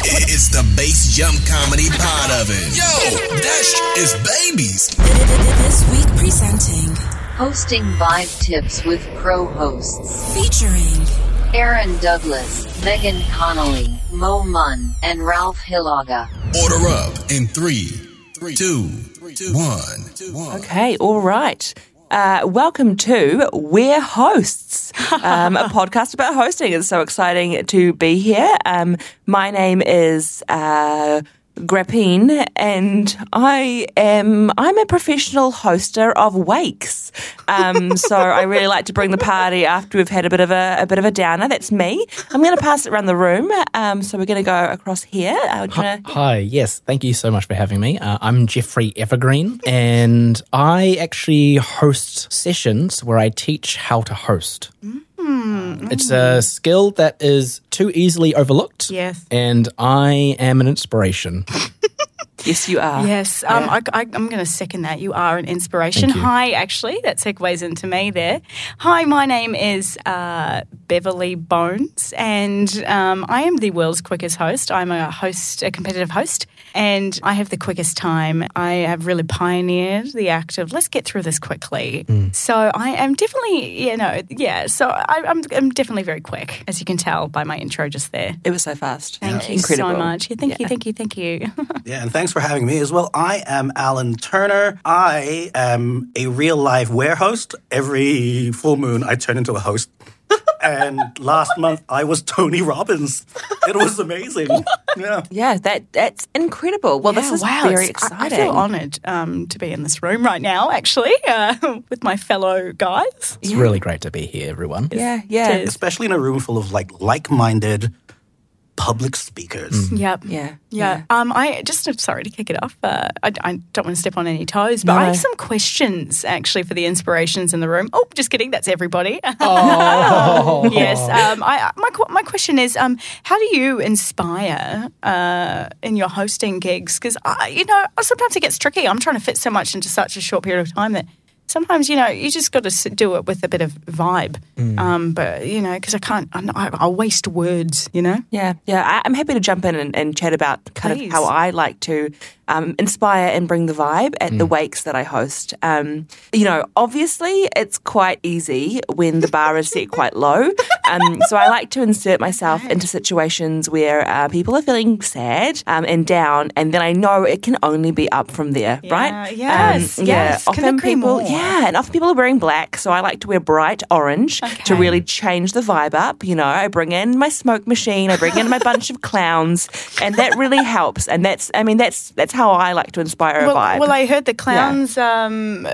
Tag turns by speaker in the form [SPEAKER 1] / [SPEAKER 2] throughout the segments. [SPEAKER 1] It's the base jump comedy pot of it. Yo, that sh- is babies.
[SPEAKER 2] This week presenting,
[SPEAKER 3] Hosting Vibe Tips with Pro Hosts.
[SPEAKER 2] featuring
[SPEAKER 3] Aaron Douglas, Megan Connolly, Mo Munn, and Ralph Hilaga.
[SPEAKER 1] Order up in three, two, one, one.
[SPEAKER 4] Okay, all right. Uh, welcome to We're Hosts, um, a podcast about hosting. It's so exciting to be here. Um, my name is uh, Grappine, and I am I'm a professional hoster of wakes. Um, so I really like to bring the party after we've had a bit of a, a bit of a downer. That's me. I'm going to pass it around the room. Um, so we're going to go across here. Uh, do you wanna-
[SPEAKER 5] Hi, yes, thank you so much for having me. Uh, I'm Jeffrey Evergreen, and I actually host sessions where I teach how to host.
[SPEAKER 6] Mm.
[SPEAKER 5] It's a skill that is too easily overlooked.
[SPEAKER 6] Yes.
[SPEAKER 5] And I am an inspiration.
[SPEAKER 4] yes, you are.
[SPEAKER 6] Yes, um, I, am going to second that. You are an inspiration.
[SPEAKER 5] Thank you.
[SPEAKER 6] Hi, actually, that segues into me there. Hi, my name is uh, Beverly Bones, and um, I am the world's quickest host. I'm a host, a competitive host, and I have the quickest time. I have really pioneered the act of let's get through this quickly. So I am definitely, you know, yeah. So I, I'm, I'm definitely very quick, as you can tell by my intro just there.
[SPEAKER 4] It was so fast.
[SPEAKER 6] Thank you so much. Yeah, thank you, thank you, thank you.
[SPEAKER 7] Yeah, and thanks for having me as well. I am Alan Turner. I am a real live wear host. Every full moon, I turn into a host. and last month, I was Tony Robbins. It was amazing. Yeah.
[SPEAKER 4] Yeah, that that's incredible. Well, this
[SPEAKER 6] Yeah,
[SPEAKER 4] is very
[SPEAKER 6] it's- I-
[SPEAKER 4] exciting.
[SPEAKER 6] I, feel honoured um, to be in this room right now, actually, uh, with my fellow guys.
[SPEAKER 5] It's really great to be here, everyone.
[SPEAKER 4] yeah, yeah,
[SPEAKER 6] Cheers.
[SPEAKER 7] Especially in a room full of like like-minded public speakers.
[SPEAKER 6] Yep.
[SPEAKER 4] yeah,
[SPEAKER 6] Yeah. Um, I just I'm sorry to kick it off. Uh, I, I don't want to step on any toes, but I have some questions actually for the inspirations in the room. Oh, just kidding. That's everybody. yes. Um, I, my qu- my question is, um, how do you inspire uh, in your hosting gigs? Because I, you know, sometimes it gets tricky. I'm trying to fit so much into such a short period of time that. Sometimes you know you just got to do it with a bit of vibe, um, but you know because I can't I'm not, I, I waste words, you know.
[SPEAKER 4] yeah, yeah. I, I'm happy to jump in and, and chat about kind
[SPEAKER 6] Please.
[SPEAKER 4] of how I like to um, inspire and bring the vibe at the wakes that I host. Um, you know, obviously, it's quite easy when the bar is set quite low. Um, so I like to insert myself into situations where uh, people are feeling sad um, and down, and then I know it can only be up from there, right? Um,
[SPEAKER 6] yes, yes. Can
[SPEAKER 4] Often
[SPEAKER 6] there be
[SPEAKER 4] people,
[SPEAKER 6] more?
[SPEAKER 4] yeah. Yeah, and often people are wearing black, so I like to wear bright orange to really change the vibe up. You know, I bring in my smoke machine, I bring in my bunch of clowns, and that really helps. And that's, I mean, that's that's how I like to inspire a
[SPEAKER 6] well,
[SPEAKER 4] vibe.
[SPEAKER 6] well, I heard the clowns. Um,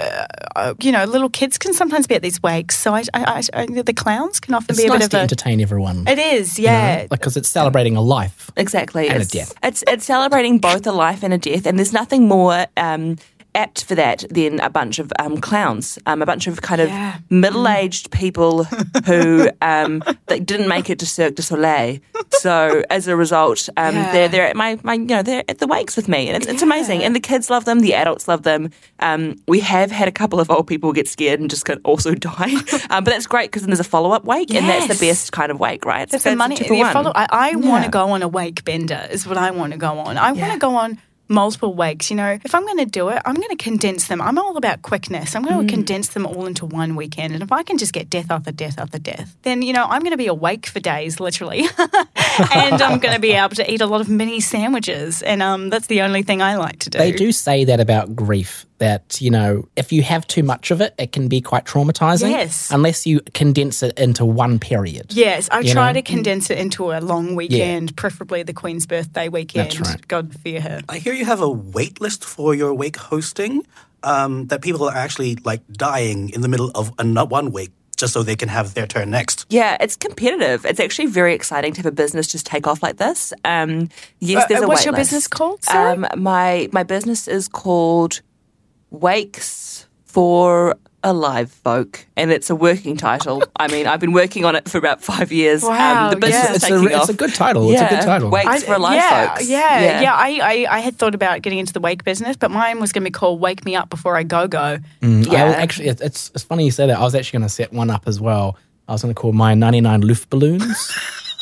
[SPEAKER 6] uh, you know, little kids can sometimes be at these wakes, so I, I, I, I- the clowns can often
[SPEAKER 5] It's
[SPEAKER 6] be a
[SPEAKER 5] nice
[SPEAKER 6] bit
[SPEAKER 5] to
[SPEAKER 6] of
[SPEAKER 5] entertain everyone.
[SPEAKER 6] a. It is, yeah.
[SPEAKER 5] Because it's celebrating a life.
[SPEAKER 4] Exactly.
[SPEAKER 5] And a
[SPEAKER 4] it's,
[SPEAKER 5] death.
[SPEAKER 4] It's, it's celebrating both a life and a death, and there's nothing more um, apt for that than a bunch of um, clowns, um, a bunch of kind of
[SPEAKER 6] Yeah. Mm.
[SPEAKER 4] middle aged people who um, that didn't make it to Cirque du Soleil. So as a result, um,
[SPEAKER 6] Yeah.
[SPEAKER 4] they're they're at my, my you know they're at the wakes with me, and it's, it's amazing. And the kids love them, the adults love them. Um, we have had a couple of old people get scared and just could also die, um, but that's great because then there's a follow up wake, and that's the
[SPEAKER 6] Yes.
[SPEAKER 4] best kind of wake, right?
[SPEAKER 6] That's the money.
[SPEAKER 4] two for
[SPEAKER 6] you
[SPEAKER 4] one.
[SPEAKER 6] follow- I, I want
[SPEAKER 4] Yeah.
[SPEAKER 6] to go on a wake bender. Is what I want to go on. I want
[SPEAKER 4] Yeah.
[SPEAKER 6] to go on multiple wakes. You know, if I'm going to do it, I'm going to condense them. I'm all about quickness. I'm going to condense them all into one weekend. And if I can just get death after death after death, then you know I'm going to be awake for days, literally. and I'm going to be able to eat a lot of mini sandwiches. And um, that's the only thing I like to do.
[SPEAKER 5] They do say that about grief that, you know, if you have too much of it, it can be quite traumatizing.
[SPEAKER 6] Yes.
[SPEAKER 5] Unless you condense it into one period.
[SPEAKER 6] Yes, I
[SPEAKER 5] You
[SPEAKER 6] try
[SPEAKER 5] know?
[SPEAKER 6] to condense it into a long weekend, preferably the Queen's birthday weekend.
[SPEAKER 5] right.
[SPEAKER 6] God fear her.
[SPEAKER 7] I hear you have a wait list for your wake hosting. Um, that people are actually like dying in the middle of ano- one wake just so they can have their turn next.
[SPEAKER 4] Yeah, it's competitive. It's actually very exciting to have a business just take off like this. Um, yes,
[SPEAKER 6] Uh,
[SPEAKER 4] there's
[SPEAKER 6] uh,
[SPEAKER 4] a
[SPEAKER 6] what's
[SPEAKER 4] wait
[SPEAKER 6] your
[SPEAKER 4] list.
[SPEAKER 6] business called, sorry?
[SPEAKER 4] Um, my my business is called Wakes for Alive Folk, and it's a working title. I mean, I've been working on it for about five years. Um,
[SPEAKER 6] Wow,
[SPEAKER 4] the business
[SPEAKER 6] yeah.
[SPEAKER 4] is
[SPEAKER 5] It's a-
[SPEAKER 4] taking
[SPEAKER 5] it's a
[SPEAKER 4] off.
[SPEAKER 5] good title. It's a good title.
[SPEAKER 4] Wakes
[SPEAKER 6] I-
[SPEAKER 4] for Alive
[SPEAKER 6] yeah,
[SPEAKER 4] Folks.
[SPEAKER 6] Yeah, yeah. I, I, I had thought about getting into the wake business, but mine was going to be called Wake Me Up Before I Go Go.
[SPEAKER 5] Mm, I was actually, it- it's, it's funny you say that. I was actually going to set one up as well. I was going to call mine 99 Luft Balloons.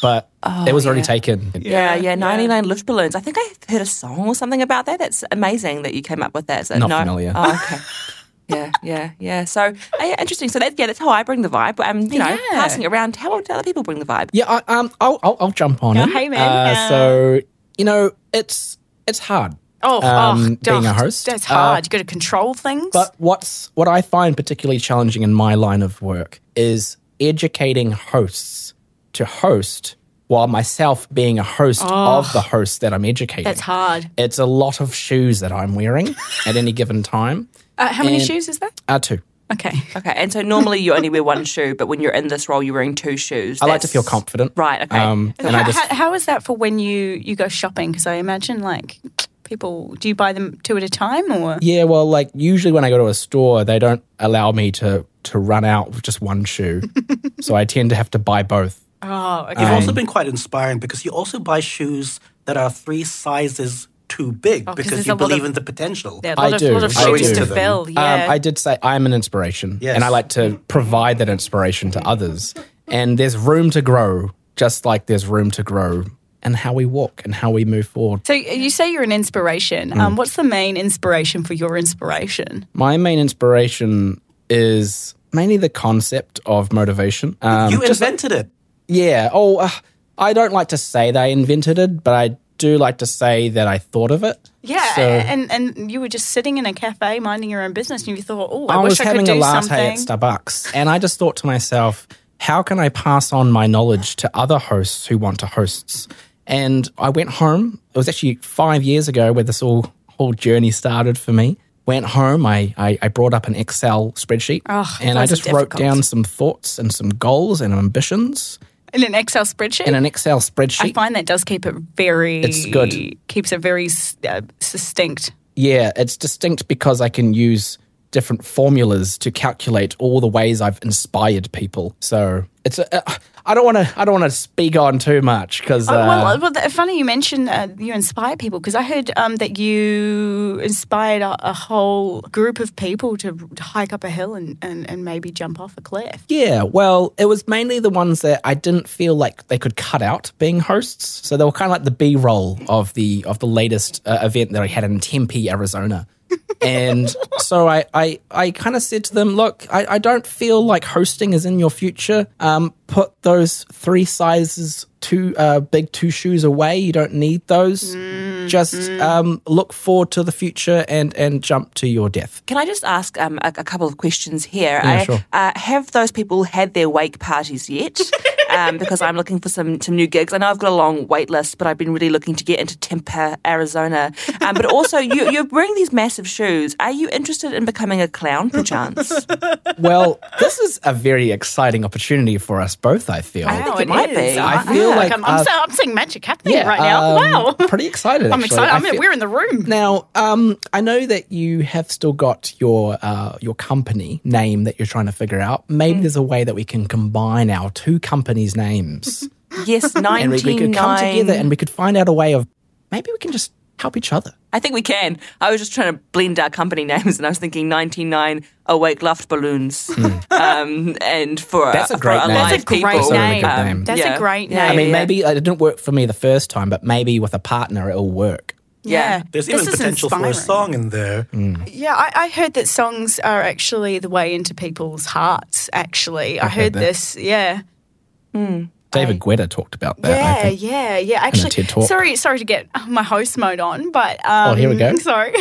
[SPEAKER 5] but
[SPEAKER 6] Oh,
[SPEAKER 5] it was already taken.
[SPEAKER 4] Yeah, yeah, 99 lift balloons. I think I heard a song or something about that. That's amazing that you came up with that. So,
[SPEAKER 5] Not familiar.
[SPEAKER 4] Oh, okay. yeah, yeah, yeah. So, uh, yeah, interesting. So, that, yeah, that's how I bring the vibe. Um, you know,
[SPEAKER 6] Yeah.
[SPEAKER 4] passing it around. How do other people bring the vibe?
[SPEAKER 5] Yeah, I, um, I'll, I'll I'll jump on.
[SPEAKER 6] Yeah,
[SPEAKER 5] in.
[SPEAKER 6] hey, man.
[SPEAKER 5] Uh,
[SPEAKER 6] Yeah.
[SPEAKER 5] So you know, it's it's hard.
[SPEAKER 6] Oh,
[SPEAKER 5] um,
[SPEAKER 6] oh,
[SPEAKER 5] being a
[SPEAKER 6] duh,
[SPEAKER 5] host.
[SPEAKER 6] That's
[SPEAKER 5] Uh,
[SPEAKER 6] hard. you got to control things.
[SPEAKER 5] But what's what I find particularly challenging in my line of work is educating hosts to host while myself being a host of the host that I'm educating.
[SPEAKER 6] Oh. that's hard.
[SPEAKER 5] It's a lot of shoes that I'm wearing at any given time.
[SPEAKER 6] Uh, how many
[SPEAKER 5] and-
[SPEAKER 6] shoes is that?
[SPEAKER 5] Uh, two.
[SPEAKER 6] Okay.
[SPEAKER 4] Okay. And so, normally you only wear one shoe, but when you're in this role, you're wearing two shoes.
[SPEAKER 5] I like to
[SPEAKER 4] That's-
[SPEAKER 5] feel confident.
[SPEAKER 4] Right, okay.
[SPEAKER 5] Um, and I
[SPEAKER 6] How-
[SPEAKER 5] just
[SPEAKER 6] how, how is that for when you, you go shopping? Because I imagine like people, do you buy them two at a time or?
[SPEAKER 5] Yeah, well, like usually when I go to a store, they don't allow me to to run out with just one shoe, so I tend to have to buy both.
[SPEAKER 6] Oh, okay.
[SPEAKER 7] You've also been quite inspiring because you also buy shoes that are three sizes too big
[SPEAKER 6] there's
[SPEAKER 7] because
[SPEAKER 6] Oh, a
[SPEAKER 7] you
[SPEAKER 6] lot of-
[SPEAKER 7] believe in the potential.
[SPEAKER 6] There are
[SPEAKER 5] I
[SPEAKER 6] a lot
[SPEAKER 5] do,
[SPEAKER 6] of, lot of
[SPEAKER 5] I
[SPEAKER 6] shoes
[SPEAKER 5] do.
[SPEAKER 6] to
[SPEAKER 7] Them.
[SPEAKER 6] fill. Yeah.
[SPEAKER 5] Um, I did say I'm an inspiration,
[SPEAKER 7] Yes.
[SPEAKER 5] and I like to provide that inspiration to others. And there's room to grow, just like there's room to grow in how we walk and how we move forward.
[SPEAKER 6] so you say you're an inspiration.
[SPEAKER 5] Mm.
[SPEAKER 6] Um, what's the main inspiration for your inspiration?
[SPEAKER 5] My main inspiration is mainly the concept of motivation. Um,
[SPEAKER 7] you invented it.
[SPEAKER 5] Yeah. Oh, uh, I don't like to say that I invented it, but I do like to say that I thought of it.
[SPEAKER 6] Yeah,
[SPEAKER 5] So
[SPEAKER 6] and and you were just sitting in a cafe minding your own business, and you thought, "Oh, I, wish
[SPEAKER 5] was
[SPEAKER 6] I
[SPEAKER 5] having
[SPEAKER 6] could
[SPEAKER 5] a
[SPEAKER 6] do
[SPEAKER 5] latte
[SPEAKER 6] something."
[SPEAKER 5] at Starbucks, and I just thought to myself, how can I pass on my knowledge to other hosts who want to hosts? And I went home. It was actually five years ago where this all whole journey started for me. Went home. I I, I brought up an Excel spreadsheet, and I
[SPEAKER 6] those are
[SPEAKER 5] just wrote
[SPEAKER 6] difficult.
[SPEAKER 5] down some thoughts and some goals and ambitions
[SPEAKER 6] in an Excel spreadsheet.
[SPEAKER 5] in an Excel spreadsheet.
[SPEAKER 6] I find that does keep it very.
[SPEAKER 5] It's good.
[SPEAKER 6] Keeps it very s- uh, succinct.
[SPEAKER 5] Yeah, it's distinct because I can use different formulas to calculate all the ways I've inspired people. So it's a, uh, I don't want to I don't want to speak on too much because uh,
[SPEAKER 6] oh, well, uh, well, th- funny you mentioned uh, you inspire people because I heard um, that you inspired a, a whole group of people to r- to hike up a hill and, and, and maybe jump off a cliff.
[SPEAKER 5] yeah, well, it was mainly the ones that I didn't feel like they could cut out being hosts. So they were kind of like the B roll of the of the latest uh, event that I had in Tempe, Arizona. and so I, I, I kind of said to them, look, I, I don't feel like hosting is in your future. Um, put those three sizes two uh, big two shoes away. You don't need those. Just Um, look forward to the future and and jump to your death.
[SPEAKER 4] Can I just ask um, a, a couple of questions here?
[SPEAKER 5] Yeah,
[SPEAKER 4] I,
[SPEAKER 5] sure.
[SPEAKER 4] uh, have those people had their wake parties yet? um, because I'm looking for some, some new gigs. I know I've got a long wait list, but I've been really looking to get into Tempe, Arizona. Um, but also, you, you're wearing these massive shoes. Are you interested in becoming a clown, perchance?
[SPEAKER 5] Well, this is a very exciting opportunity for us both. I feel.
[SPEAKER 4] think it might
[SPEAKER 6] is.
[SPEAKER 4] be.
[SPEAKER 5] I feel like,
[SPEAKER 6] I'm, I'm,
[SPEAKER 5] uh,
[SPEAKER 6] so- I'm seeing magic happening right now.
[SPEAKER 5] um,
[SPEAKER 6] wow.
[SPEAKER 5] Pretty excited.
[SPEAKER 6] I'm
[SPEAKER 5] actually.
[SPEAKER 6] excited.
[SPEAKER 5] I
[SPEAKER 6] I mean,
[SPEAKER 5] feel-
[SPEAKER 6] we're in the room.
[SPEAKER 5] Now, um, I know that you have still got your uh, your company name that you're trying to figure out.
[SPEAKER 6] Mm.
[SPEAKER 5] Maybe there's a way that we can combine our two companies' names,
[SPEAKER 6] Mm-hmm.
[SPEAKER 4] yes, 99.
[SPEAKER 5] and we, we could come together, and we could find out a way of maybe we can just help each other.
[SPEAKER 4] I think we can. I was just trying to blend our company names, and I was thinking 99 awake luft balloons. um, and for
[SPEAKER 5] Hmm. That's a
[SPEAKER 4] for
[SPEAKER 5] great name.
[SPEAKER 4] alive
[SPEAKER 6] That's a great
[SPEAKER 4] people.
[SPEAKER 5] really
[SPEAKER 6] name.
[SPEAKER 5] good name.
[SPEAKER 6] That's
[SPEAKER 4] Yeah.
[SPEAKER 6] a great
[SPEAKER 4] Yeah,
[SPEAKER 6] name.
[SPEAKER 5] I mean,
[SPEAKER 4] yeah.
[SPEAKER 5] maybe uh, it didn't work for me the first time, but maybe with a partner it'll work.
[SPEAKER 4] Yeah.
[SPEAKER 7] There's
[SPEAKER 6] This
[SPEAKER 7] even
[SPEAKER 6] is
[SPEAKER 7] potential for a
[SPEAKER 6] inspiring.
[SPEAKER 7] song in there.
[SPEAKER 6] Yeah, I, I heard that songs are actually the way into people's hearts, actually. I,
[SPEAKER 5] heard
[SPEAKER 6] heard
[SPEAKER 5] that.
[SPEAKER 6] this, yeah.
[SPEAKER 5] David Guetta talked about that. I
[SPEAKER 6] Yeah,
[SPEAKER 5] think.
[SPEAKER 6] yeah, yeah. Actually,
[SPEAKER 5] TED Talk.
[SPEAKER 6] sorry, sorry to get my host mode on, but um,
[SPEAKER 5] Oh, here we go.
[SPEAKER 6] Sorry,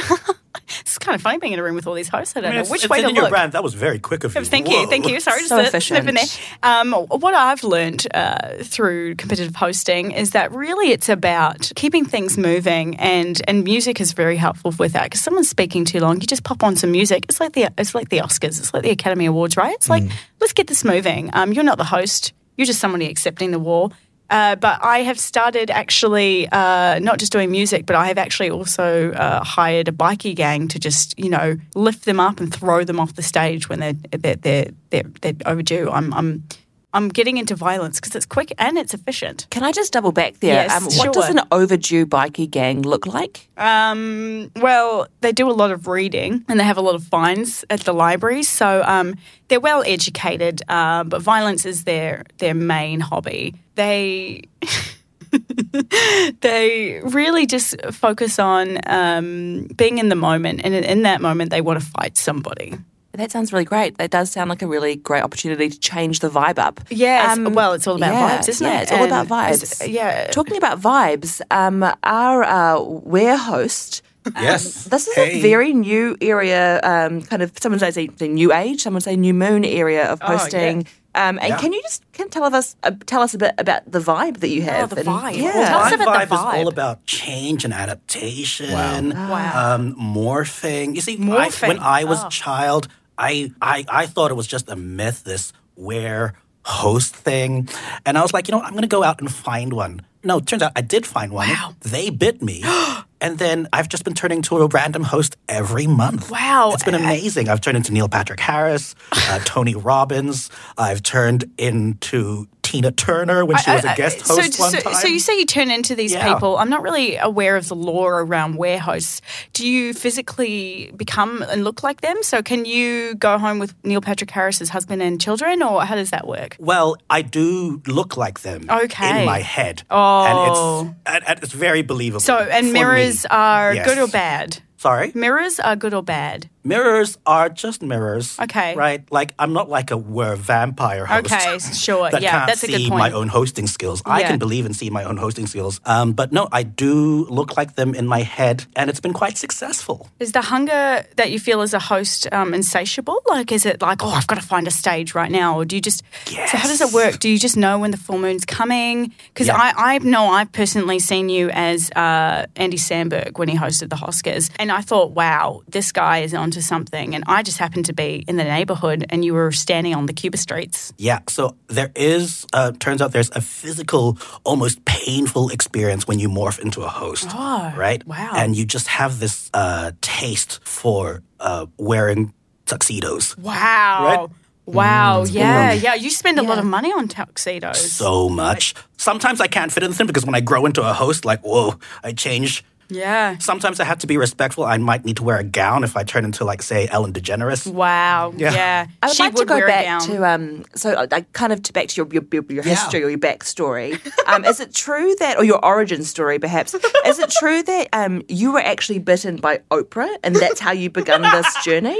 [SPEAKER 6] it's kind of funny being in a room with all these hosts. I don't
[SPEAKER 7] I mean, it's,
[SPEAKER 6] know which
[SPEAKER 7] it's
[SPEAKER 6] way
[SPEAKER 7] in
[SPEAKER 6] to
[SPEAKER 7] your
[SPEAKER 6] look.
[SPEAKER 7] brand. That was very quick of you.
[SPEAKER 6] Thank you,
[SPEAKER 7] Whoa.
[SPEAKER 6] thank you. Sorry, just
[SPEAKER 4] So
[SPEAKER 6] to slip in there.
[SPEAKER 4] efficient.
[SPEAKER 6] Um, what I've learned uh, through competitive hosting is that really it's about keeping things moving, and and music is very helpful with that. Because someone's speaking too long, you just pop on some music. It's like the it's like the Oscars, it's like the Academy Awards, right? It's like
[SPEAKER 4] Mm.
[SPEAKER 6] let's get this moving. Um, you're not the host; you're just somebody accepting the war. Uh, but I have started actually uh, not just doing music, but I have actually also uh, hired a bikie gang to just you know lift them up and throw them off the stage when they're they're they're, they're, they're overdue. I'm I'm I'm getting into violence because it's quick and it's efficient.
[SPEAKER 4] Can I just double back there? Um,
[SPEAKER 6] Yes,
[SPEAKER 4] what does
[SPEAKER 6] sure.
[SPEAKER 4] an overdue bikie gang look like?
[SPEAKER 6] Well, they do a lot of reading and they have a lot of fines at the library, so um, they're well educated. Uh, but violence is their their main hobby. they they really just focus on um, being in the moment, and in that moment, they want to fight somebody.
[SPEAKER 4] That sounds really great. That does sound like a really great opportunity to change the vibe up.
[SPEAKER 6] Yes. Well, it's all about
[SPEAKER 4] yeah,
[SPEAKER 6] vibes, isn't
[SPEAKER 4] yeah,
[SPEAKER 6] it?
[SPEAKER 4] it's all about
[SPEAKER 6] And
[SPEAKER 4] vibes.
[SPEAKER 6] Um, it's- yeah.
[SPEAKER 4] Talking about vibes, um, our uh, wear host.
[SPEAKER 7] Yes.
[SPEAKER 4] This is
[SPEAKER 7] Hey.
[SPEAKER 4] a very new area, um, kind of. Someone says a, the new age. Someone say new moon area of
[SPEAKER 6] Oh, yeah.
[SPEAKER 4] posting. Um, and
[SPEAKER 7] Yeah.
[SPEAKER 4] can you just can tell of us uh, tell us a bit about the vibe that you have?
[SPEAKER 6] Oh, the
[SPEAKER 4] and-
[SPEAKER 6] vibe.
[SPEAKER 4] Yeah.
[SPEAKER 6] Well, tell us
[SPEAKER 7] My
[SPEAKER 6] about
[SPEAKER 7] vibe
[SPEAKER 6] the
[SPEAKER 7] is all
[SPEAKER 6] vibe.
[SPEAKER 7] about change and adaptation.
[SPEAKER 6] Wow.
[SPEAKER 7] Um, morphing. You see, I,
[SPEAKER 6] Morphing. Oh.
[SPEAKER 7] when I was a child, I, I I thought it was just a myth, this where host thing, and I was like, you know, what, I'm gonna go out and find one. No, turns out I did find one. They bit me. And then I've just been turning to a random host every month.
[SPEAKER 6] Wow.
[SPEAKER 7] It's been amazing. I've turned into Neil Patrick Harris, uh, Tony Robbins. I've turned into Tina Turner when she was
[SPEAKER 6] I-
[SPEAKER 7] a
[SPEAKER 6] I-
[SPEAKER 7] guest host
[SPEAKER 6] so,
[SPEAKER 7] one
[SPEAKER 6] so,
[SPEAKER 7] time.
[SPEAKER 6] so you say you turn into these
[SPEAKER 7] Yeah.
[SPEAKER 6] people. I'm not really aware of the law around wear hosts. Do you physically become and look like them? So can you go home with Neil Patrick Harris's husband and children, or how does that work?
[SPEAKER 7] Well, I do look like them
[SPEAKER 6] Okay.
[SPEAKER 7] in my head.
[SPEAKER 6] Oh.
[SPEAKER 7] And it's, and it's very believable.
[SPEAKER 6] So and
[SPEAKER 7] for
[SPEAKER 6] mirrors
[SPEAKER 7] me.
[SPEAKER 6] are
[SPEAKER 7] Yes.
[SPEAKER 6] good or bad.
[SPEAKER 7] Sorry?
[SPEAKER 6] Mirrors are good or bad.
[SPEAKER 7] mirrors are just mirrors.
[SPEAKER 6] Okay.
[SPEAKER 7] Right? Like, I'm not like a were vampire host.
[SPEAKER 6] Okay, sure.
[SPEAKER 7] that
[SPEAKER 6] Yeah,
[SPEAKER 7] can't
[SPEAKER 6] that's a
[SPEAKER 7] see
[SPEAKER 6] good
[SPEAKER 7] my
[SPEAKER 6] point.
[SPEAKER 7] own hosting skills. I
[SPEAKER 6] Yeah.
[SPEAKER 7] can believe and see my own hosting skills. Um, but no, I do look like them in my head, and it's been quite successful.
[SPEAKER 6] Is the hunger that you feel as a host um, insatiable? Like, is it like, oh, I've got to find a stage right now? Or do you just, so how does it work? Do you just know when the full moon's coming? Because
[SPEAKER 7] Yeah.
[SPEAKER 6] I, I know I've personally seen you as uh, Andy Sandberg when he hosted the Oscars. And I thought, wow, this guy is onto something. And I just happened to be in the neighborhood and you were standing on the Cuba streets.
[SPEAKER 7] Yeah, so there is, uh, turns out there's a physical, almost painful experience when you morph into a host. right?
[SPEAKER 6] wow.
[SPEAKER 7] And you just have this uh, taste for uh, wearing tuxedos
[SPEAKER 6] Wow.
[SPEAKER 7] Right?
[SPEAKER 6] Wow. yeah. Yeah. You spend a lot of money on tuxedos.
[SPEAKER 7] Mm, so much. Sometimes I can't fit in them because when I grow into a host, like, whoa, I change.
[SPEAKER 6] yeah.
[SPEAKER 7] Sometimes I have to be respectful. I might need to wear a gown if I turn into, like, say, Ellen DeGeneres.
[SPEAKER 6] Wow. Yeah.
[SPEAKER 4] I would
[SPEAKER 6] she
[SPEAKER 4] like
[SPEAKER 6] would
[SPEAKER 4] to go
[SPEAKER 6] wear a
[SPEAKER 4] back
[SPEAKER 6] gown.
[SPEAKER 4] to um, so uh, like kind of to back to your your, your, your
[SPEAKER 7] Yeah.
[SPEAKER 4] history or your backstory. um, is it true that, or your origin story, perhaps? is it true that um, you were actually bitten by Oprah, and that's how you begun this journey?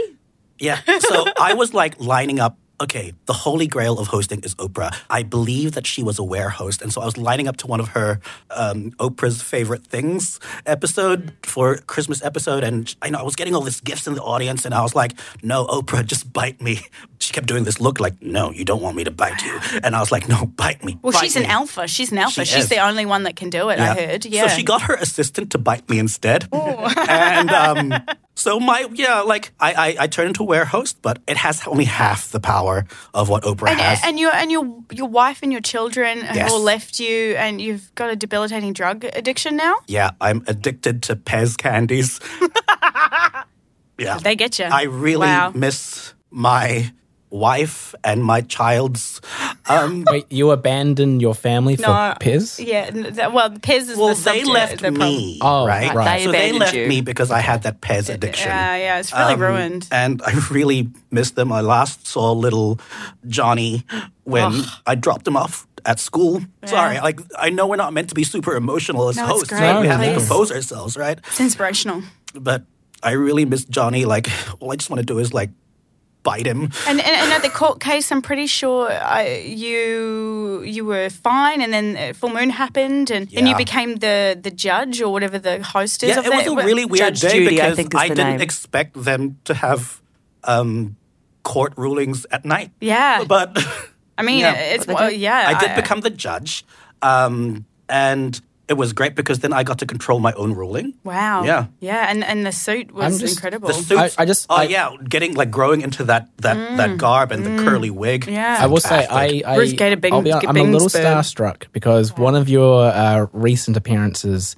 [SPEAKER 7] Yeah. So I was like lining up. Okay, the holy grail of hosting is Oprah. I believe that she was a wear host, and so I was lining up to one of her um, Oprah's favorite things episode for Christmas episode, and I know I was getting all these gifts in the audience, and I was like, "No, Oprah, just bite me." She kept doing this look like, "No, you don't want me to bite you," and I was like, "No, bite me."
[SPEAKER 6] Well,
[SPEAKER 7] bite
[SPEAKER 6] she's an
[SPEAKER 7] me."
[SPEAKER 6] alpha. She's an alpha.
[SPEAKER 7] She
[SPEAKER 6] she's
[SPEAKER 7] is.
[SPEAKER 6] the only one that can do it. I
[SPEAKER 7] Yeah.
[SPEAKER 6] heard. Yeah.
[SPEAKER 7] So she got her assistant to bite me instead. and um, so my yeah, like I, I I turned into a wear host, but it has only half the power of what Oprah
[SPEAKER 6] and,
[SPEAKER 7] has.
[SPEAKER 6] and your and your your wife and your children have
[SPEAKER 7] Yes.
[SPEAKER 6] all left you, and you've got a debilitating drug addiction now.
[SPEAKER 7] yeah, I'm addicted to Pez candies. yeah.
[SPEAKER 6] They get you.
[SPEAKER 7] I really
[SPEAKER 6] wow.
[SPEAKER 7] miss my wife and my child's um
[SPEAKER 5] Wait, you abandon your family for
[SPEAKER 6] No.
[SPEAKER 5] Piz?
[SPEAKER 6] Yeah. n- that- well, the Pez is
[SPEAKER 7] well,
[SPEAKER 6] the
[SPEAKER 7] they
[SPEAKER 6] subject-
[SPEAKER 7] left
[SPEAKER 6] the problem.
[SPEAKER 7] me,
[SPEAKER 5] Oh,
[SPEAKER 7] right?
[SPEAKER 5] right.
[SPEAKER 4] They
[SPEAKER 7] so they
[SPEAKER 4] abandoned
[SPEAKER 7] left
[SPEAKER 4] you.
[SPEAKER 7] me because I had that Pez addiction.
[SPEAKER 6] Yeah, yeah, it's really
[SPEAKER 7] Um,
[SPEAKER 6] ruined.
[SPEAKER 7] And I really missed them. I last saw little Johnny when I dropped him off at school. Sorry, like I know we're not meant to be super emotional as
[SPEAKER 6] No, it's
[SPEAKER 7] hosts.
[SPEAKER 6] great.
[SPEAKER 5] No,
[SPEAKER 7] we have to
[SPEAKER 5] please.
[SPEAKER 7] compose ourselves, right?
[SPEAKER 6] It's inspirational.
[SPEAKER 7] But I really miss Johnny. Like all I just want to do is like bite him.
[SPEAKER 6] And, and, and at the court case, I'm pretty sure I, you you were fine, and then uh, full moon happened, and, and you
[SPEAKER 7] Yeah.
[SPEAKER 6] became the, the judge or whatever the host is.
[SPEAKER 7] Yeah,
[SPEAKER 6] of
[SPEAKER 7] it
[SPEAKER 6] that.
[SPEAKER 7] was a really weird
[SPEAKER 4] Judge
[SPEAKER 7] day
[SPEAKER 4] Judy, I
[SPEAKER 7] because I,
[SPEAKER 4] think is the
[SPEAKER 7] didn't
[SPEAKER 4] name.
[SPEAKER 7] expect them to have um, court rulings at night.
[SPEAKER 6] Yeah.
[SPEAKER 7] But
[SPEAKER 6] I mean,
[SPEAKER 7] Yeah.
[SPEAKER 6] it's well, yeah.
[SPEAKER 7] I did become the judge, um, and it was great because then I got to control my own ruling.
[SPEAKER 6] Wow.
[SPEAKER 7] Yeah.
[SPEAKER 6] Yeah, and, and the suit was
[SPEAKER 5] I'm just-
[SPEAKER 6] incredible.
[SPEAKER 7] The suit.
[SPEAKER 5] I- I just-
[SPEAKER 7] Oh
[SPEAKER 5] I-
[SPEAKER 7] yeah, getting like growing into that that that garb and the curly wig.
[SPEAKER 6] Mm. Yeah.
[SPEAKER 5] I will say, I, I,
[SPEAKER 6] Ruth Gator Bing-
[SPEAKER 5] I'll be honest, I'm a
[SPEAKER 6] Bingsburg.
[SPEAKER 5] little starstruck because one of your uh, recent appearances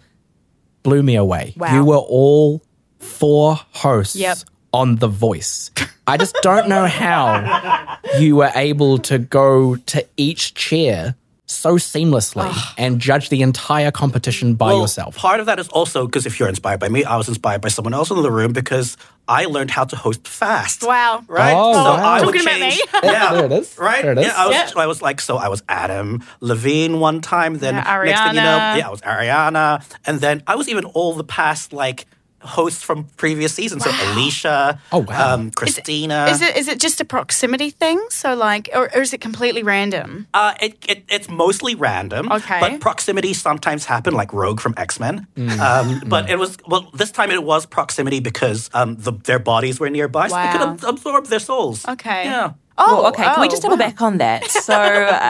[SPEAKER 5] blew me away.
[SPEAKER 4] Wow.
[SPEAKER 5] You were all four hosts
[SPEAKER 6] Yep.
[SPEAKER 5] on The Voice. I just don't know how you were able to go to each chair so seamlessly
[SPEAKER 6] Ah.
[SPEAKER 5] and judge the entire competition by
[SPEAKER 7] Well,
[SPEAKER 5] yourself.
[SPEAKER 7] Part of that is also because if you're inspired by me, I was inspired by someone else in the room because I learned how to host fast.
[SPEAKER 6] Wow.
[SPEAKER 7] Right?
[SPEAKER 5] Oh,
[SPEAKER 7] so
[SPEAKER 5] wow.
[SPEAKER 7] I would
[SPEAKER 6] Talking about me.
[SPEAKER 7] change. Yeah.
[SPEAKER 5] There it is.
[SPEAKER 7] Right?
[SPEAKER 5] There it is.
[SPEAKER 7] Yeah, I was,
[SPEAKER 6] Yeah.
[SPEAKER 7] I was like, so I was Adam Levine one time, then
[SPEAKER 6] Yeah,
[SPEAKER 7] next thing you know,
[SPEAKER 6] Ariana.
[SPEAKER 7] yeah, I was Ariana. And then I was even all the past like hosts from previous seasons. So Alicia,
[SPEAKER 5] Oh, wow.
[SPEAKER 7] um, Christina.
[SPEAKER 6] Is it is it just a proximity thing? So like, or, or is it completely random?
[SPEAKER 7] Uh, it, it, it's mostly random.
[SPEAKER 6] Okay.
[SPEAKER 7] But proximity sometimes happen, like Rogue from X Men. Um, but it was well this time it was proximity because um, the, their bodies were nearby, so they could
[SPEAKER 6] Wow.
[SPEAKER 7] ab- absorb their souls.
[SPEAKER 6] Okay.
[SPEAKER 7] Yeah.
[SPEAKER 6] Oh,
[SPEAKER 4] Well, okay, can we
[SPEAKER 6] oh,
[SPEAKER 4] just double
[SPEAKER 6] wow.
[SPEAKER 4] back on that? So,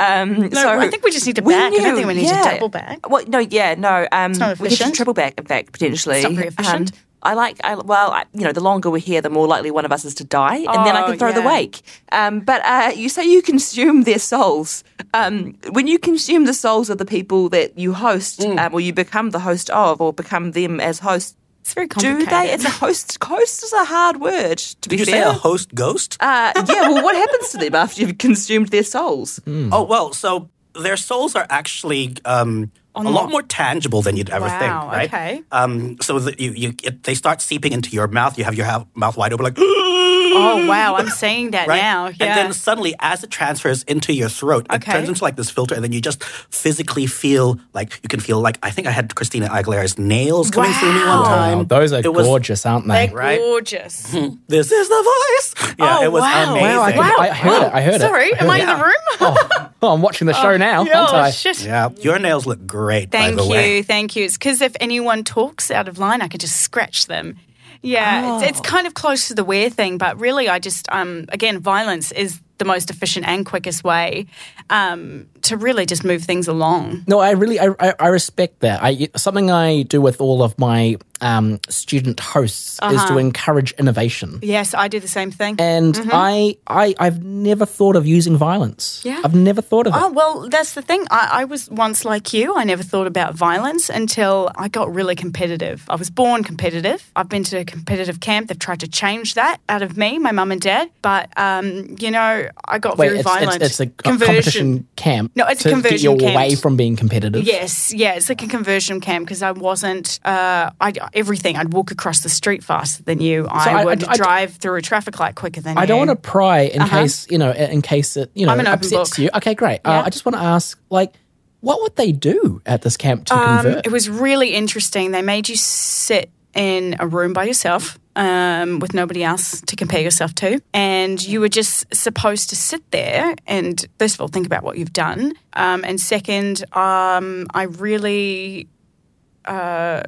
[SPEAKER 4] um,
[SPEAKER 6] No,
[SPEAKER 4] so
[SPEAKER 6] I think we just need to back. I don't think we need to double back.
[SPEAKER 4] Well, no, yeah, no. Um,
[SPEAKER 6] not
[SPEAKER 4] we could just
[SPEAKER 6] efficient.
[SPEAKER 4] triple back, in fact, potentially.
[SPEAKER 6] It's not very efficient.
[SPEAKER 4] Um, I like, I, well, I, you know, the longer we're here, the more likely one of us is to die, and then I
[SPEAKER 6] Oh,
[SPEAKER 4] can throw the
[SPEAKER 6] yeah.
[SPEAKER 4] wake. Um, but uh, you say you consume their souls. Um, when you consume the souls of the people that you host,
[SPEAKER 6] Mm.
[SPEAKER 4] um, or you become the host of, or become them as host,
[SPEAKER 6] It's very
[SPEAKER 4] do
[SPEAKER 6] complicated.
[SPEAKER 4] they? It's a host. Host is a hard word, to be
[SPEAKER 7] Did you
[SPEAKER 4] fair.
[SPEAKER 7] say a host ghost?
[SPEAKER 4] Uh, yeah, well, what happens to them after you've consumed their souls?
[SPEAKER 7] Oh well, so their souls are actually um, a lot more tangible than you'd ever
[SPEAKER 6] Wow,
[SPEAKER 7] think, right?
[SPEAKER 6] okay.
[SPEAKER 7] Um, so that you, you it, they start seeping into your mouth. You have your ha- mouth wide open, like.
[SPEAKER 6] Oh wow, I'm seeing that
[SPEAKER 7] right?
[SPEAKER 6] now.
[SPEAKER 7] And
[SPEAKER 6] Yeah.
[SPEAKER 7] then suddenly, as it transfers into your throat, it
[SPEAKER 6] Okay.
[SPEAKER 7] turns into like this filter, and then you just physically feel like you can feel like I think I had Christina Aguilera's nails coming through me one
[SPEAKER 6] Wow.
[SPEAKER 7] time.
[SPEAKER 5] Wow, those are
[SPEAKER 7] it was,
[SPEAKER 5] gorgeous, aren't they?
[SPEAKER 6] They're
[SPEAKER 7] right?
[SPEAKER 6] gorgeous.
[SPEAKER 7] This is the voice. Yeah,
[SPEAKER 6] Oh,
[SPEAKER 7] it was
[SPEAKER 6] wow.
[SPEAKER 7] amazing.
[SPEAKER 5] Wow, I, could- I heard it. I heard
[SPEAKER 6] Sorry,
[SPEAKER 5] it.
[SPEAKER 6] am I in the
[SPEAKER 7] Yeah.
[SPEAKER 6] room?
[SPEAKER 5] Oh, I'm watching the show now, aren't I?
[SPEAKER 6] oh shit.
[SPEAKER 7] Yeah, your nails look great. by
[SPEAKER 6] Thank
[SPEAKER 7] the
[SPEAKER 6] you,
[SPEAKER 7] way.
[SPEAKER 6] thank you. It's because if anyone talks out of line, I could just scratch them. Yeah, it's, it's kind of close to the wear thing, but really, I just um, again, violence is the most efficient and quickest way um, to really just move things along.
[SPEAKER 5] No, I really I, I, I respect that. I something I do with all of my um, student hosts is
[SPEAKER 6] Uh-huh.
[SPEAKER 5] to encourage innovation.
[SPEAKER 6] Yes, I do the same thing.
[SPEAKER 5] And I, I I've never thought of using violence.
[SPEAKER 6] Yeah.
[SPEAKER 5] I've never thought of it.
[SPEAKER 6] Oh, well, that's the thing. I, I was once like you. I never thought about violence until I got really competitive. I was born competitive. I've been to a competitive camp. They've tried to change that out of me, my mum and dad. But, um, you know, I got
[SPEAKER 5] Wait,
[SPEAKER 6] very
[SPEAKER 5] it's,
[SPEAKER 6] violent.
[SPEAKER 5] it's, it's a competition camp.
[SPEAKER 6] No, it's a
[SPEAKER 5] to get you
[SPEAKER 6] conversion camp.
[SPEAKER 5] away from being competitive.
[SPEAKER 6] Yes, yeah, it's like a conversion camp because I wasn't. Uh, I everything. I'd walk across the street faster than you. I,
[SPEAKER 5] I-
[SPEAKER 6] would
[SPEAKER 5] I- I-
[SPEAKER 6] drive through a traffic light quicker than you.
[SPEAKER 5] I don't want to pry in case you know in case it you know
[SPEAKER 6] Uh-huh. I'm an open
[SPEAKER 5] upsets
[SPEAKER 6] book.
[SPEAKER 5] you. Okay, great. Uh, I just want to ask, like, what would they do at this camp
[SPEAKER 6] Um,
[SPEAKER 5] to convert?
[SPEAKER 6] It was really interesting. They made you sit in a room by yourself um, with nobody else to compare yourself to. And you were just supposed to sit there and, first of all, think about what you've done. Um, and second, um, I really, uh,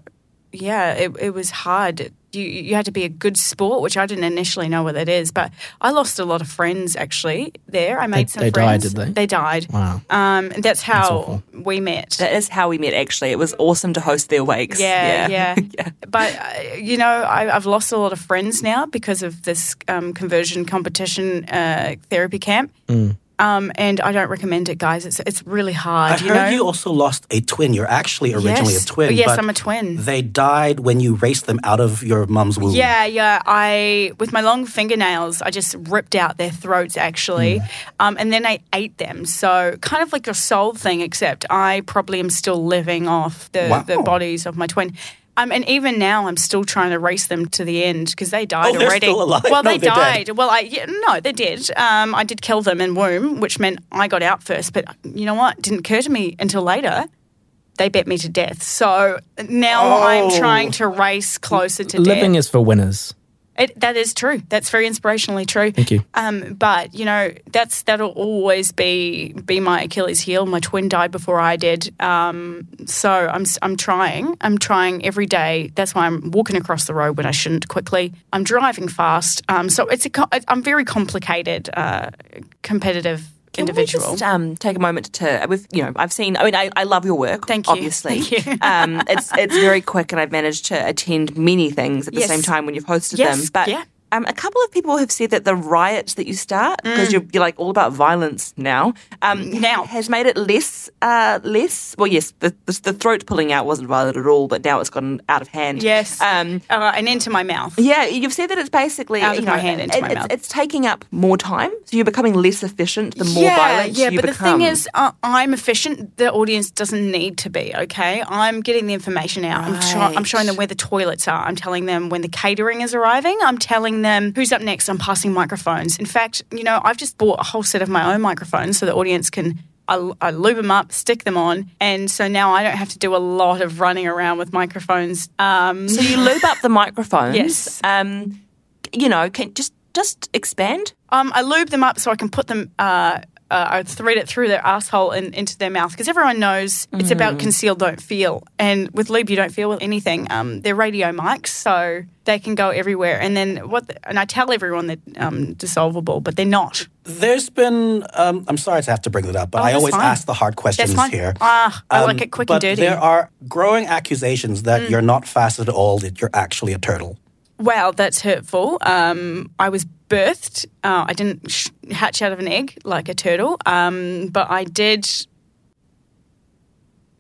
[SPEAKER 6] yeah, it, it was hard. You, you had to be a good sport, which I didn't initially know what that is, but I lost a lot of friends actually there. I made some
[SPEAKER 5] they died,
[SPEAKER 6] friends.
[SPEAKER 5] did they?
[SPEAKER 6] They died.
[SPEAKER 5] Wow.
[SPEAKER 6] Um, and that's how
[SPEAKER 5] awful.
[SPEAKER 6] we met.
[SPEAKER 4] That is how we met, actually. It was awesome to host their wakes.
[SPEAKER 6] Yeah, yeah. But uh, you know, I, I've lost a lot of friends now because of this um, conversion competition uh, therapy camp, um, and I don't recommend it, guys. It's it's really hard.
[SPEAKER 7] I
[SPEAKER 6] you
[SPEAKER 7] heard
[SPEAKER 6] know,
[SPEAKER 7] you also lost a twin. You're actually originally
[SPEAKER 6] Yes.
[SPEAKER 7] a twin.
[SPEAKER 6] Yes,
[SPEAKER 7] but
[SPEAKER 6] I'm a twin.
[SPEAKER 7] They died when you raced them out of your mum's womb.
[SPEAKER 6] Yeah, yeah. I with my long fingernails, I just ripped out their throats actually,
[SPEAKER 7] Mm.
[SPEAKER 6] um, and then I ate them. So kind of like your soul thing, except I probably am still living off the,
[SPEAKER 7] Wow.
[SPEAKER 6] the bodies of my twin. Um, and even now, I'm still trying to race them to the end because they died
[SPEAKER 7] Oh, they're
[SPEAKER 6] already.
[SPEAKER 7] still alive?
[SPEAKER 6] Well,
[SPEAKER 7] No,
[SPEAKER 6] they
[SPEAKER 7] they're
[SPEAKER 6] died.
[SPEAKER 7] dead.
[SPEAKER 6] Well, I yeah, no, they did. Um, I did kill them in womb, which meant I got out first. But you know what? Didn't occur to me until later. They bet me to death. So now
[SPEAKER 7] Oh.
[SPEAKER 6] I'm trying to race closer to death.
[SPEAKER 5] Living is for winners.
[SPEAKER 6] It, that is true. That's very inspirationally true.
[SPEAKER 5] Thank you.
[SPEAKER 6] Um, but you know, that's that'll always be be my Achilles heel. My twin died before I did. Um, so I'm s- I'm trying. I'm trying every day. That's why I'm walking across the road when I shouldn't quickly. I'm driving fast. Um, so it's a co- I'm very complicated, uh, competitive individual.
[SPEAKER 4] Can we just um, take a moment to with you know I've seen I mean I, I love your work
[SPEAKER 6] Thank you.
[SPEAKER 4] obviously
[SPEAKER 6] Thank you.
[SPEAKER 4] um, it's it's very quick and I've managed to attend many things at the
[SPEAKER 6] Yes.
[SPEAKER 4] same time when you've hosted
[SPEAKER 6] Yes,
[SPEAKER 4] them but
[SPEAKER 6] yeah.
[SPEAKER 4] Um, a couple of people have said that the riots that you start because you're, you're like all about violence now. Um,
[SPEAKER 6] Mm. Now.
[SPEAKER 4] has made it less, uh, less. Well, yes, the, the, the throat pulling out wasn't violent at all, but now it's gotten out of hand.
[SPEAKER 6] Yes.
[SPEAKER 4] Um,
[SPEAKER 6] uh, and into my mouth.
[SPEAKER 4] yeah, you've said that it's basically
[SPEAKER 6] Out of
[SPEAKER 4] you know,
[SPEAKER 6] my hand into
[SPEAKER 4] it-
[SPEAKER 6] my
[SPEAKER 4] it's,
[SPEAKER 6] mouth.
[SPEAKER 4] it's taking up more time, so you're becoming less efficient the more
[SPEAKER 6] yeah,
[SPEAKER 4] violent
[SPEAKER 6] yeah,
[SPEAKER 4] you
[SPEAKER 6] but
[SPEAKER 4] become.
[SPEAKER 6] the thing is, uh, I'm efficient. The audience doesn't need to be. Okay, I'm getting the information out. I'm, sho- I'm
[SPEAKER 4] Right.
[SPEAKER 6] showing them where the toilets are. I'm telling them when the catering is arriving. I'm telling them who's up next. I'm passing microphones. In fact, you know, I've just bought a whole set of my own microphones so the audience can. I, I lube them up, stick them on, and so now I don't have to do a lot of running around with microphones. Um,
[SPEAKER 4] so you lube up the microphones.
[SPEAKER 6] Yes.
[SPEAKER 4] Um, you know, can just just expand.
[SPEAKER 6] Um, I lube them up so I can put them. Uh, uh, I thread it through their asshole and into their mouth because everyone knows it's
[SPEAKER 7] Mm.
[SPEAKER 6] about conceal, don't feel. And with lube, you don't feel with anything. Um, they're radio mics, so they can go everywhere. And then what? The, and I tell everyone they're um, dissolvable, but they're not.
[SPEAKER 7] There's been. Um, I'm sorry to have to bring it up, but I
[SPEAKER 6] Oh, that's
[SPEAKER 7] always
[SPEAKER 6] fine.
[SPEAKER 7] ask the hard questions
[SPEAKER 6] That's fine.
[SPEAKER 7] here.
[SPEAKER 6] Ah, I like
[SPEAKER 7] Um,
[SPEAKER 6] it quick
[SPEAKER 7] but
[SPEAKER 6] and dirty. Mm.
[SPEAKER 7] There are growing accusations that you're not fast at all, that you're actually a turtle.
[SPEAKER 6] Wow, that's hurtful. Um, I was birthed. Uh, I didn't sh- hatch out of an egg like a turtle, um, but I did.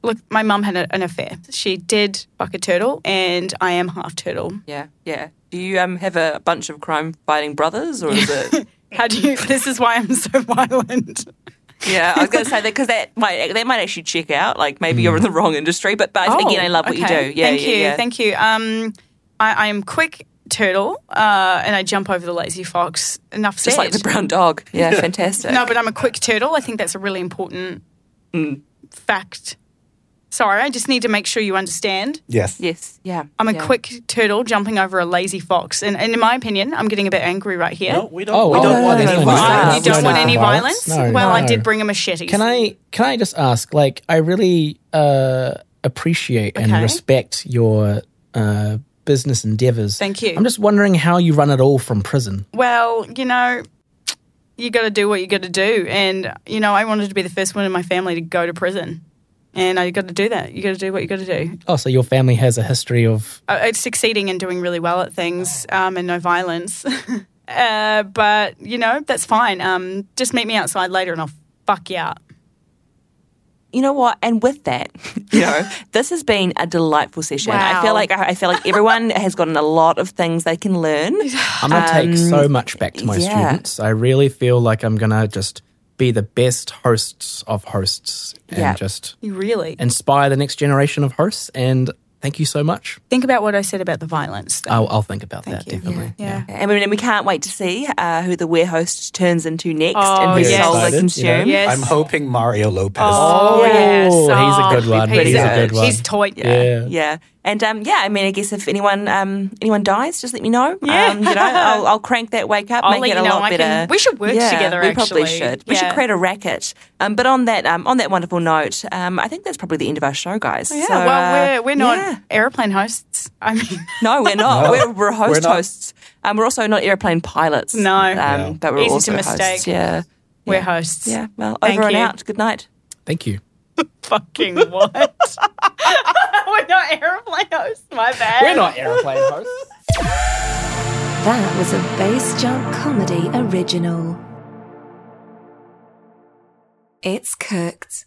[SPEAKER 6] Look, my mum had a, an affair. She did fuck a turtle, and I am half turtle.
[SPEAKER 4] Yeah, yeah. Do you um have a bunch of crime fighting brothers, or is it?
[SPEAKER 6] How do you? This is why I'm so violent.
[SPEAKER 4] yeah, I was going to say that because that might that might actually check out. Like maybe you're in the wrong industry, but but
[SPEAKER 6] Mm. Oh,
[SPEAKER 4] again, I love what you
[SPEAKER 6] okay.
[SPEAKER 4] do. Yeah,
[SPEAKER 6] thank
[SPEAKER 4] yeah,
[SPEAKER 6] you,
[SPEAKER 4] yeah.
[SPEAKER 6] thank you. Um, I, I am quick turtle, uh, and I jump over the lazy fox. Enough
[SPEAKER 4] Just
[SPEAKER 6] said.
[SPEAKER 4] like the brown dog. Yeah, fantastic.
[SPEAKER 6] No, but I'm a quick turtle. I think that's a really important
[SPEAKER 5] Mm.
[SPEAKER 6] fact. Sorry, I just need to make sure you understand.
[SPEAKER 7] Yes.
[SPEAKER 4] yes, yeah.
[SPEAKER 6] I'm a
[SPEAKER 4] yeah.
[SPEAKER 6] quick turtle jumping over a lazy fox. And, and in my opinion, I'm getting a bit angry right here.
[SPEAKER 7] No, we don't.
[SPEAKER 5] Oh,
[SPEAKER 7] we
[SPEAKER 5] oh,
[SPEAKER 7] don't
[SPEAKER 5] no, no,
[SPEAKER 7] want
[SPEAKER 5] no,
[SPEAKER 7] any
[SPEAKER 5] no, no,
[SPEAKER 7] violence.
[SPEAKER 5] no,
[SPEAKER 6] Wow,
[SPEAKER 5] no,
[SPEAKER 6] you don't
[SPEAKER 5] no,
[SPEAKER 6] want
[SPEAKER 5] no.
[SPEAKER 6] any violence?
[SPEAKER 5] No,
[SPEAKER 6] well, I
[SPEAKER 5] no.
[SPEAKER 6] did bring a machete.
[SPEAKER 5] Can I can I just ask, like, I really uh, appreciate
[SPEAKER 6] Okay.
[SPEAKER 5] and respect your uh, business endeavors.
[SPEAKER 6] Thank you.
[SPEAKER 5] I'm just wondering how you run it all from prison.
[SPEAKER 6] Well, you know, you got to do what you got to do. And, you know, I wanted to be the first one in my family to go to prison. And I got to do that. You got to do what you got to do.
[SPEAKER 5] Oh, so your family has a history of
[SPEAKER 6] uh, it's succeeding and doing really well at things um, and no violence. uh, but, you know, that's fine. Um, just meet me outside later and I'll fuck you up.
[SPEAKER 4] you know what? And with that, you know, this has been a delightful session. I feel
[SPEAKER 6] Wow.
[SPEAKER 4] like I feel like everyone has gotten a lot of things they can learn.
[SPEAKER 5] I'm gonna
[SPEAKER 6] Um,
[SPEAKER 5] take so much back to my
[SPEAKER 4] yeah.
[SPEAKER 5] students. I really feel like I'm gonna just be the best hosts of hosts and
[SPEAKER 4] Yeah.
[SPEAKER 5] just
[SPEAKER 6] You really?
[SPEAKER 5] inspire the next generation of hosts. And thank you so much.
[SPEAKER 6] Think about what I said about the violence. Though.
[SPEAKER 5] I'll, I'll think about that
[SPEAKER 6] you.
[SPEAKER 5] definitely.
[SPEAKER 6] Uh, Yeah. Yeah.
[SPEAKER 4] I mean, and we can't wait to see uh, who the wear host turns into next
[SPEAKER 6] Oh,
[SPEAKER 4] and whose
[SPEAKER 6] yes.
[SPEAKER 4] soul they
[SPEAKER 5] Excited,
[SPEAKER 4] consume.
[SPEAKER 5] you know.
[SPEAKER 6] Yes.
[SPEAKER 7] I'm hoping Mario Lopez.
[SPEAKER 6] Oh, yes.
[SPEAKER 5] he's a
[SPEAKER 6] Oh,
[SPEAKER 5] good
[SPEAKER 6] be
[SPEAKER 5] one. He's a
[SPEAKER 6] pleased.
[SPEAKER 5] good one.
[SPEAKER 6] He's toy.
[SPEAKER 5] Yeah.
[SPEAKER 4] Yeah, and um, yeah, I mean, I guess if anyone um, anyone dies, just let me know.
[SPEAKER 6] Yeah.
[SPEAKER 4] um, you know, I'll, I'll crank that wake up,
[SPEAKER 6] I'll
[SPEAKER 4] make
[SPEAKER 6] let
[SPEAKER 4] it
[SPEAKER 6] you
[SPEAKER 4] a
[SPEAKER 6] know.
[SPEAKER 4] lot
[SPEAKER 6] I
[SPEAKER 4] better.
[SPEAKER 6] can- we should work
[SPEAKER 4] yeah,
[SPEAKER 6] together,
[SPEAKER 4] We
[SPEAKER 6] actually.
[SPEAKER 4] probably should. We
[SPEAKER 6] Yeah.
[SPEAKER 4] should create a racket. Um, but on that um, on that wonderful note, um, I think that's probably the end of our show, guys.
[SPEAKER 6] Yeah,
[SPEAKER 4] So, uh,
[SPEAKER 6] well, we're, we're not
[SPEAKER 4] yeah.
[SPEAKER 6] airplane hosts. I mean,
[SPEAKER 4] No, we're not.
[SPEAKER 7] No.
[SPEAKER 4] We're, we're host
[SPEAKER 7] We're not.
[SPEAKER 4] hosts. Um, we're also not airplane pilots.
[SPEAKER 6] No.
[SPEAKER 4] um,
[SPEAKER 6] No.
[SPEAKER 4] but we're
[SPEAKER 6] Easy to
[SPEAKER 4] also
[SPEAKER 6] mistake.
[SPEAKER 4] hosts. Yeah,
[SPEAKER 6] we're hosts.
[SPEAKER 4] yeah. Well,
[SPEAKER 6] Thank
[SPEAKER 4] over and
[SPEAKER 6] you.
[SPEAKER 4] out. Good night.
[SPEAKER 5] Thank you.
[SPEAKER 6] Fucking what? we're not airplane hosts. My bad. We're not.
[SPEAKER 5] airplane hosts.
[SPEAKER 8] That was a Bass Jump Comedy original. It's cooked.